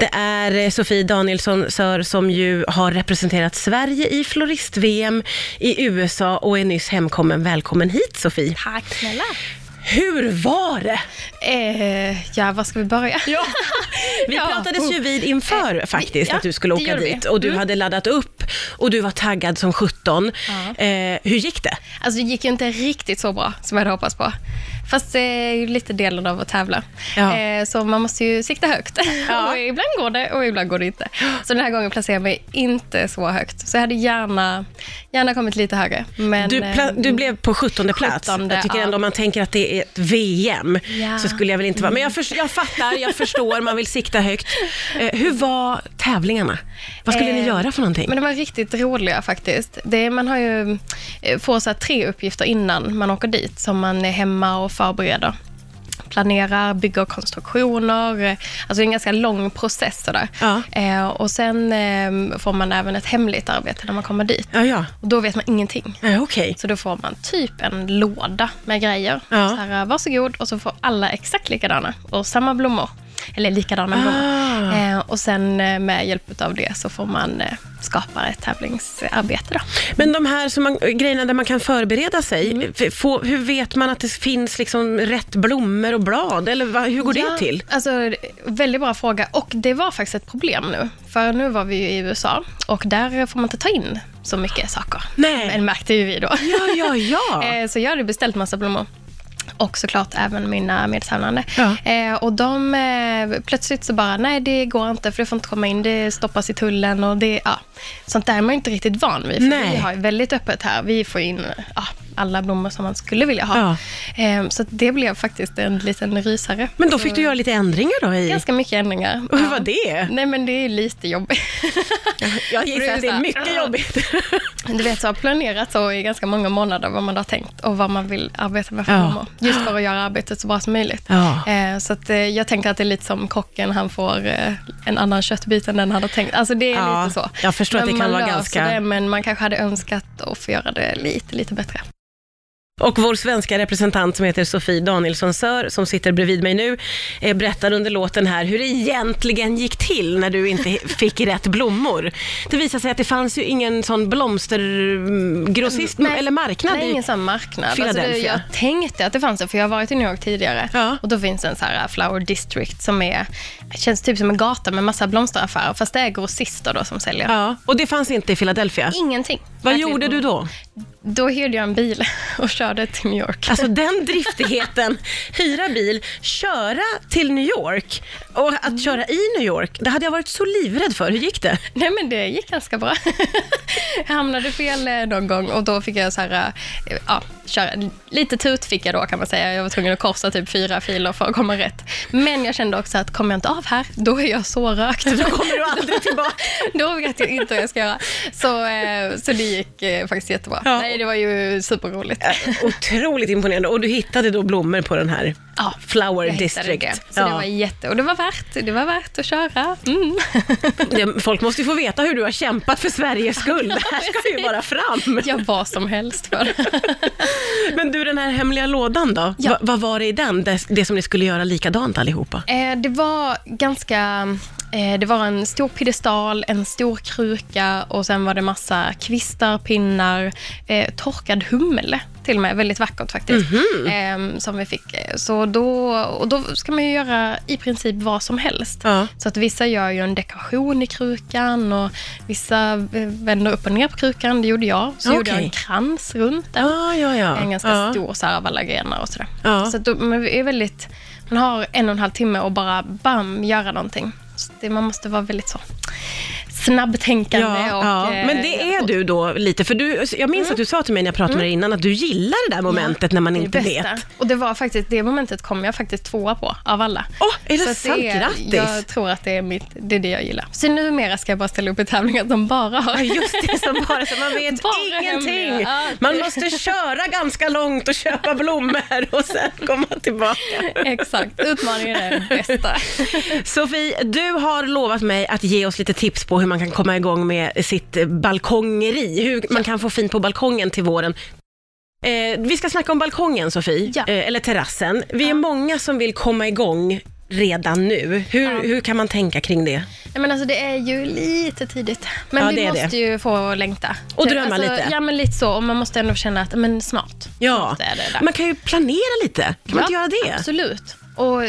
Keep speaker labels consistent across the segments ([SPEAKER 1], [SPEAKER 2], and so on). [SPEAKER 1] Det är eh, Sofie Danielsson Sör som ju har representerat Sverige i florist-VM i USA och är nyss hemkommen. Välkommen hit Sofie.
[SPEAKER 2] Tack snälla.
[SPEAKER 1] Hur var det?
[SPEAKER 2] Eh, ja, var ska vi börja? Ja, Eh,
[SPEAKER 1] Vi pratades ju vid inför faktiskt
[SPEAKER 2] ja,
[SPEAKER 1] att du skulle
[SPEAKER 2] det
[SPEAKER 1] åka
[SPEAKER 2] gjorde vi.
[SPEAKER 1] dit och du
[SPEAKER 2] Mm.
[SPEAKER 1] hade laddat upp och du var taggad som sjutton.
[SPEAKER 2] Ja.
[SPEAKER 1] Eh, hur gick det?
[SPEAKER 2] Alltså det gick ju inte riktigt så bra som jag hade hoppats på. Fast det är ju lite delen av att tävla.
[SPEAKER 1] Ja.
[SPEAKER 2] Eh, så man måste ju sikta högt.
[SPEAKER 1] Ja.
[SPEAKER 2] Och ibland går det och ibland går det inte. Så den här gången placerade jag mig inte så högt. Så jag hade gärna, gärna kommit lite högre. Men,
[SPEAKER 1] Du, pla-
[SPEAKER 2] eh,
[SPEAKER 1] du blev på 17 plats.
[SPEAKER 2] 17:e,
[SPEAKER 1] jag tycker
[SPEAKER 2] ja.
[SPEAKER 1] ändå om man tänker att det är ett VM
[SPEAKER 2] Ja.
[SPEAKER 1] så skulle jag väl inte vara... Men jag, förs- jag fattar, jag förstår, man vill sikta högt. Eh, hur var tävlingarna? Vad skulle ni
[SPEAKER 2] Eh,
[SPEAKER 1] göra för någonting?
[SPEAKER 2] Men de var riktigt roliga faktiskt. Det, man har ju, eh, får så här tre uppgifter innan man åker dit som man är hemma och förbereder. Planerar, bygger konstruktioner. eh, Alltså det är en ganska lång process. Sådär.
[SPEAKER 1] Ja.
[SPEAKER 2] Eh, och sen eh, får man även ett hemligt arbete när man kommer dit.
[SPEAKER 1] Ja, ja.
[SPEAKER 2] Och då vet man ingenting.
[SPEAKER 1] Eh, Okej.
[SPEAKER 2] Så då får man typ en låda med grejer.
[SPEAKER 1] Ja.
[SPEAKER 2] Så här, varsågod. Och så får alla exakt likadana och samma blommor. Eller likadana blommor.
[SPEAKER 1] Ah.
[SPEAKER 2] Eh, och sen eh, med hjälp av det så får man eh, skapa ett tävlingsarbete. Då.
[SPEAKER 1] Men de här som man, grejerna där man kan förbereda sig,
[SPEAKER 2] Mm.
[SPEAKER 1] f- få, hur vet man att det finns liksom rätt blommor och blad? Eller vad, hur går det
[SPEAKER 2] Ja,
[SPEAKER 1] till?
[SPEAKER 2] Alltså, väldigt bra fråga. Och det var faktiskt ett problem nu. För nu var vi ju i USA och där får man inte ta in så mycket saker.
[SPEAKER 1] Nej.
[SPEAKER 2] Men märkte ju vi då.
[SPEAKER 1] Ja, ja, ja.
[SPEAKER 2] Eh, Så jag hade beställt massa blommor. Och såklart även mina medtävlande.
[SPEAKER 1] Ja.
[SPEAKER 2] Eh, och de eh, plötsligt så bara, nej det går inte för det får inte komma in, det stoppas i tullen och det, ja. Sånt där är man ju inte riktigt van vid. För
[SPEAKER 1] Nej.
[SPEAKER 2] vi har ju väldigt öppet här, vi får in ja, alla blommor som man skulle vilja ha.
[SPEAKER 1] Ja.
[SPEAKER 2] Eh, så att det blev faktiskt en liten rysare.
[SPEAKER 1] Men då fick du göra lite ändringar då i...
[SPEAKER 2] Ganska mycket ändringar.
[SPEAKER 1] Och hur
[SPEAKER 2] Ja.
[SPEAKER 1] var det?
[SPEAKER 2] Nej men det är lite jobbigt.
[SPEAKER 1] Jag
[SPEAKER 2] Det
[SPEAKER 1] gissar
[SPEAKER 2] är
[SPEAKER 1] att det är
[SPEAKER 2] så här,
[SPEAKER 1] mycket
[SPEAKER 2] "Ah."
[SPEAKER 1] jobbigt.
[SPEAKER 2] Du vet, så har planerat så i ganska många månader vad man har tänkt och vad man vill arbeta med för
[SPEAKER 1] Ja.
[SPEAKER 2] blommor. Just för att göra arbetet så bra som möjligt.
[SPEAKER 1] Ja.
[SPEAKER 2] Eh, så att, eh, jag tänker att det är lite som kocken, han får eh, en annan köttbit än den han har tänkt. Alltså det är
[SPEAKER 1] Ja,
[SPEAKER 2] lite så.
[SPEAKER 1] jag förstår att
[SPEAKER 2] Men
[SPEAKER 1] det kan
[SPEAKER 2] man
[SPEAKER 1] vara
[SPEAKER 2] löser
[SPEAKER 1] ganska-
[SPEAKER 2] Det, men man kanske hade önskat att få göra det lite, lite bättre.
[SPEAKER 1] Och vår svenska representant som heter Sofie Danielsson Sör, som sitter bredvid mig nu, eh, berättar under låten här hur det egentligen gick till när du inte fick rätt blommor. Det visade sig att det fanns ju ingen sån blomstergrossist
[SPEAKER 2] Mm, Nej.
[SPEAKER 1] eller marknad.
[SPEAKER 2] Nej,
[SPEAKER 1] i-
[SPEAKER 2] ingen sån marknad. Alltså det,
[SPEAKER 1] Philadelphia.
[SPEAKER 2] jag tänkte att det fanns det, för jag har varit i New York tidigare.
[SPEAKER 1] Ja.
[SPEAKER 2] Och då finns det en så här äh, flower district som är, känns typ som en gata med massa blomsteraffärer, fast det är grossister då som säljer.
[SPEAKER 1] Ja, och det fanns inte i Philadelphia.
[SPEAKER 2] Ingenting.
[SPEAKER 1] Vad
[SPEAKER 2] Verkligen.
[SPEAKER 1] gjorde du då?
[SPEAKER 2] Då hyrde jag en bil och körde till New York.
[SPEAKER 1] Alltså den driftigheten, hyra bil, köra till New York och att
[SPEAKER 2] Mm.
[SPEAKER 1] köra i New York, det hade jag varit så livrädd för. Hur gick det?
[SPEAKER 2] Nej men det gick ganska bra. jag hamnade fel eh, någon gång och då fick jag så här, eh, ja, köra. lite tut fick jag då kan man säga. Jag var tvungen att korsa typ fyra filer för att komma rätt. Men jag kände också att kommer jag inte av här, då är jag så rökt.
[SPEAKER 1] Då kommer du aldrig tillbaka.
[SPEAKER 2] Då vet jag inte vad jag ska göra. Så, eh, så det gick eh, faktiskt jättebra.
[SPEAKER 1] Ja.
[SPEAKER 2] Nej, det var ju superroligt.
[SPEAKER 1] Otroligt imponerande. Och du hittade då blommor på den här
[SPEAKER 2] Ja,
[SPEAKER 1] Flower
[SPEAKER 2] jag hittade
[SPEAKER 1] District.
[SPEAKER 2] Det. Så
[SPEAKER 1] ja.
[SPEAKER 2] det var jätte... Och det var värt, det var värt att köra. Mm.
[SPEAKER 1] Det- Folk måste ju få veta hur du har kämpat för Sveriges skull. Det här ska ju bara fram.
[SPEAKER 2] Jag vad som helst för det.
[SPEAKER 1] Men du, den här hemliga lådan då?
[SPEAKER 2] Ja.
[SPEAKER 1] Va- vad var det i den? Det, det som ni skulle göra likadant allihopa?
[SPEAKER 2] Eh, det var ganska... Eh, det var en stor piedestal, en stor kruka och sen var det massa kvistar, pinnar, eh, torkad humle till och med. Väldigt vackert faktiskt.
[SPEAKER 1] Mhm.
[SPEAKER 2] Eh, som vi fick. Eh, Så då, och då ska man ju göra i princip vad som helst.
[SPEAKER 1] Ja.
[SPEAKER 2] Så att vissa gör ju en dekoration i krukan och vissa eh, vänder upp och ner på krukan. Det gjorde jag. Så gjorde jag
[SPEAKER 1] Okej.
[SPEAKER 2] en krans runt den.
[SPEAKER 1] Ja, ja, ja.
[SPEAKER 2] En ganska
[SPEAKER 1] ja.
[SPEAKER 2] stor så här, av alla grenar och sådär.
[SPEAKER 1] Ja.
[SPEAKER 2] Så att då, man är väldigt, man har en och en halv timme och bara bam, göra någonting. Så det, man måste vara väldigt så snabbtänkande.
[SPEAKER 1] Ja,
[SPEAKER 2] och,
[SPEAKER 1] ja.
[SPEAKER 2] eh,
[SPEAKER 1] Men det är du då lite, för du, jag minns att du sa till mig när jag pratade med dig innan att du gillar Mm. det där momentet när man
[SPEAKER 2] det
[SPEAKER 1] inte
[SPEAKER 2] bästa.
[SPEAKER 1] vet.
[SPEAKER 2] Och det var faktiskt, det momentet kom jag faktiskt tvåa på av alla.
[SPEAKER 1] Åh, är det
[SPEAKER 2] Så att
[SPEAKER 1] sant? Grattis!
[SPEAKER 2] Jag tror att det är, mitt, det är det jag gillar. Så numera ska jag bara ställa upp i tävlingar som bara har...
[SPEAKER 1] Ja, Just det, som bara så man vet
[SPEAKER 2] Bara
[SPEAKER 1] ingenting.
[SPEAKER 2] hemliga. Ja,
[SPEAKER 1] Man
[SPEAKER 2] det-
[SPEAKER 1] måste köra ganska långt och köpa blommor och sen komma tillbaka.
[SPEAKER 2] Exakt, utmaningen är den bästa.
[SPEAKER 1] Sofie, du har lovat mig att ge oss lite tips på hur man kan komma igång med sitt eh, balkongeri. Hur man kan få fint på balkongen till våren. Eh, vi ska snacka om balkongen, Sofie,
[SPEAKER 2] Ja.
[SPEAKER 1] eh, eller terrassen. Vi är många som vill komma igång redan nu? Hur,
[SPEAKER 2] Ja.
[SPEAKER 1] hur kan man tänka kring det?
[SPEAKER 2] Nej, men alltså, det är ju lite tidigt. Men
[SPEAKER 1] Ja, det
[SPEAKER 2] vi
[SPEAKER 1] är
[SPEAKER 2] måste
[SPEAKER 1] det.
[SPEAKER 2] ju få längta.
[SPEAKER 1] Och drömma
[SPEAKER 2] alltså,
[SPEAKER 1] lite.
[SPEAKER 2] Ja, men lite så. Och man måste ändå känna att men snart.
[SPEAKER 1] Ja,
[SPEAKER 2] Snart är det där.
[SPEAKER 1] man kan ju planera lite. Kan man inte göra det?
[SPEAKER 2] Absolut. Och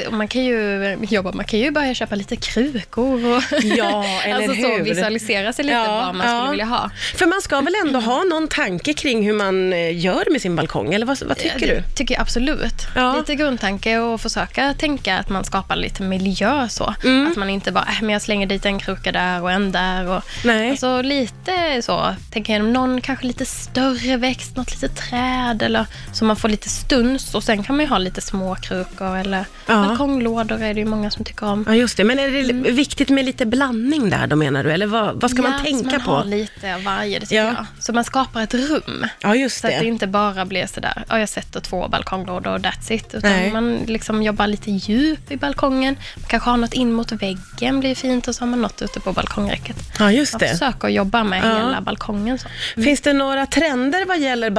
[SPEAKER 2] och man kan ju jobba, man kan ju börja köpa lite krukor och
[SPEAKER 1] Ja, eller
[SPEAKER 2] alltså så
[SPEAKER 1] hur?
[SPEAKER 2] visualisera sig lite
[SPEAKER 1] Ja,
[SPEAKER 2] vad man
[SPEAKER 1] ja.
[SPEAKER 2] skulle vilja ha.
[SPEAKER 1] För man ska väl ändå ha någon tanke kring hur man eh, gör med sin balkong, eller vad, vad tycker
[SPEAKER 2] Ja,
[SPEAKER 1] du?
[SPEAKER 2] det tycker jag absolut.
[SPEAKER 1] Ja.
[SPEAKER 2] Lite grundtanke och försöka tänka att man skapar lite miljö så.
[SPEAKER 1] Mm.
[SPEAKER 2] Att man inte bara, äh, men jag slänger dit en kruka där och en där. Och,
[SPEAKER 1] Nej.
[SPEAKER 2] Alltså lite så, tänka igenom någon kanske lite större växt, något litet träd eller så man får lite stuns och sen kan man ju ha lite små krukor eller
[SPEAKER 1] Ja.
[SPEAKER 2] balkonglådor är det ju många som tycker om.
[SPEAKER 1] Ja, just det. Men är det viktigt med lite blandning där då, menar du? Eller vad, vad ska
[SPEAKER 2] Mm. Ja,
[SPEAKER 1] man tänka
[SPEAKER 2] så man
[SPEAKER 1] på?
[SPEAKER 2] har lite av varje, det tycker
[SPEAKER 1] Ja.
[SPEAKER 2] jag. Så man skapar ett rum.
[SPEAKER 1] Ja, just
[SPEAKER 2] Så att det
[SPEAKER 1] det.
[SPEAKER 2] inte bara blir sådär, ja, jag sätter två balkonglådor och that's it. Utan
[SPEAKER 1] Nej.
[SPEAKER 2] man liksom jobbar lite djup i balkongen. Man kanske har något in mot väggen, blir fint och så har man något ute på balkongräcket.
[SPEAKER 1] Ja, just
[SPEAKER 2] Man
[SPEAKER 1] det.
[SPEAKER 2] försöker jobba med
[SPEAKER 1] Ja.
[SPEAKER 2] hela balkongen. Så.
[SPEAKER 1] Finns det några trender vad gäller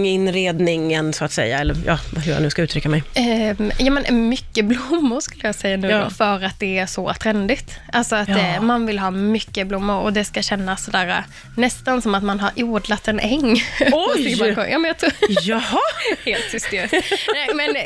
[SPEAKER 1] balkonginredningen, så att säga? Eller ja, hur jag nu ska uttrycka mig.
[SPEAKER 2] Ehm, ja, men mycket blommor skulle jag säga nu
[SPEAKER 1] Ja.
[SPEAKER 2] då, för att det är så trendigt. Alltså att
[SPEAKER 1] Ja.
[SPEAKER 2] eh, man vill ha mycket blommor och det ska kännas sådär, eh, nästan som att man har odlat en äng. på
[SPEAKER 1] Oj!
[SPEAKER 2] sin balkong. ja, men jag tror,
[SPEAKER 1] Jaha!
[SPEAKER 2] Helt hysteriskt. Nej, men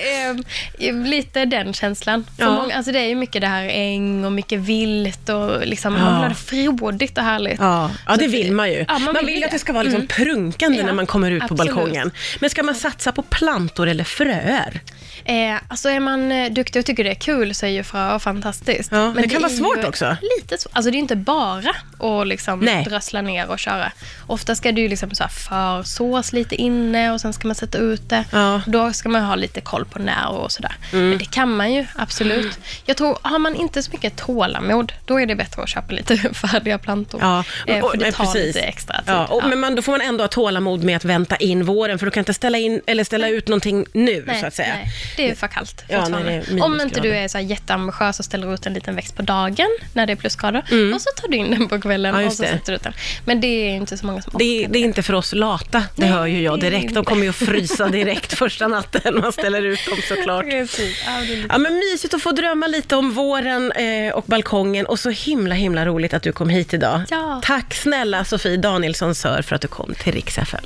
[SPEAKER 2] ehm, lite den känslan. För
[SPEAKER 1] Ja.
[SPEAKER 2] många, alltså det är ju mycket det här äng och mycket vilt och liksom,
[SPEAKER 1] Ja.
[SPEAKER 2] man vill ha det frodigt och härligt.
[SPEAKER 1] Ja, ja,
[SPEAKER 2] Så
[SPEAKER 1] det
[SPEAKER 2] att-
[SPEAKER 1] vill man ju.
[SPEAKER 2] Ja,
[SPEAKER 1] man, vill ju att det ska vara liksom
[SPEAKER 2] Mm.
[SPEAKER 1] prunkande
[SPEAKER 2] Ja,
[SPEAKER 1] när man kommer ut på
[SPEAKER 2] absolut.
[SPEAKER 1] balkongen. Men ska man satsa på plantor eller fröer?
[SPEAKER 2] Eh, alltså är man eh, duktig och tycker det är kul så är ju frö fantastiskt.
[SPEAKER 1] Ja, det kan
[SPEAKER 2] är
[SPEAKER 1] vara svårt
[SPEAKER 2] ju
[SPEAKER 1] också.
[SPEAKER 2] Lite svårt. Alltså det är inte bara att liksom
[SPEAKER 1] Nej.
[SPEAKER 2] drösla ner och köra. Ofta ska du ju liksom så här försås lite inne och sen ska man sätta ut det.
[SPEAKER 1] Ja. Mm.
[SPEAKER 2] Då ska man ha lite koll på när och sådär. Men det kan man ju absolut. Jag tror, har man inte så mycket tålamod, då är det bättre att köpa lite färdiga plantor.
[SPEAKER 1] Ja,
[SPEAKER 2] Eh,
[SPEAKER 1] och-
[SPEAKER 2] för det
[SPEAKER 1] nej,
[SPEAKER 2] tar lite extra tid.
[SPEAKER 1] Ja, och,
[SPEAKER 2] Ja.
[SPEAKER 1] Men man, då får man ändå ha tålamod med att vänta in våren, för du kan inte ställa, in, eller ställa ut någonting nu, så att säga.
[SPEAKER 2] Nej, det är för kallt
[SPEAKER 1] Ja,
[SPEAKER 2] fortfarande.
[SPEAKER 1] nej, det är
[SPEAKER 2] Om inte du
[SPEAKER 1] minusgrader.
[SPEAKER 2] är så här jätteambitiös och ställer ut en liten växt på dagen när det är plusgrader och så tar du in den på kvällen
[SPEAKER 1] Mm. Ja,
[SPEAKER 2] och
[SPEAKER 1] just
[SPEAKER 2] så
[SPEAKER 1] det.
[SPEAKER 2] sätter du ut den. Men det är ju inte så många som
[SPEAKER 1] Det, det är inte för oss lata, det hör ju jag
[SPEAKER 2] det är
[SPEAKER 1] direkt. De kommer ju att frysa direkt första natten man ställer ut dem såklart.
[SPEAKER 2] Precis. Ja, det är lite-
[SPEAKER 1] Ja, men mysigt att få drömma lite om våren eh, och balkongen och så himla himla roligt att du kom hit idag.
[SPEAKER 2] Ja.
[SPEAKER 1] Tack snälla Sofie Danielsson Sör för att du kom till Rix FM.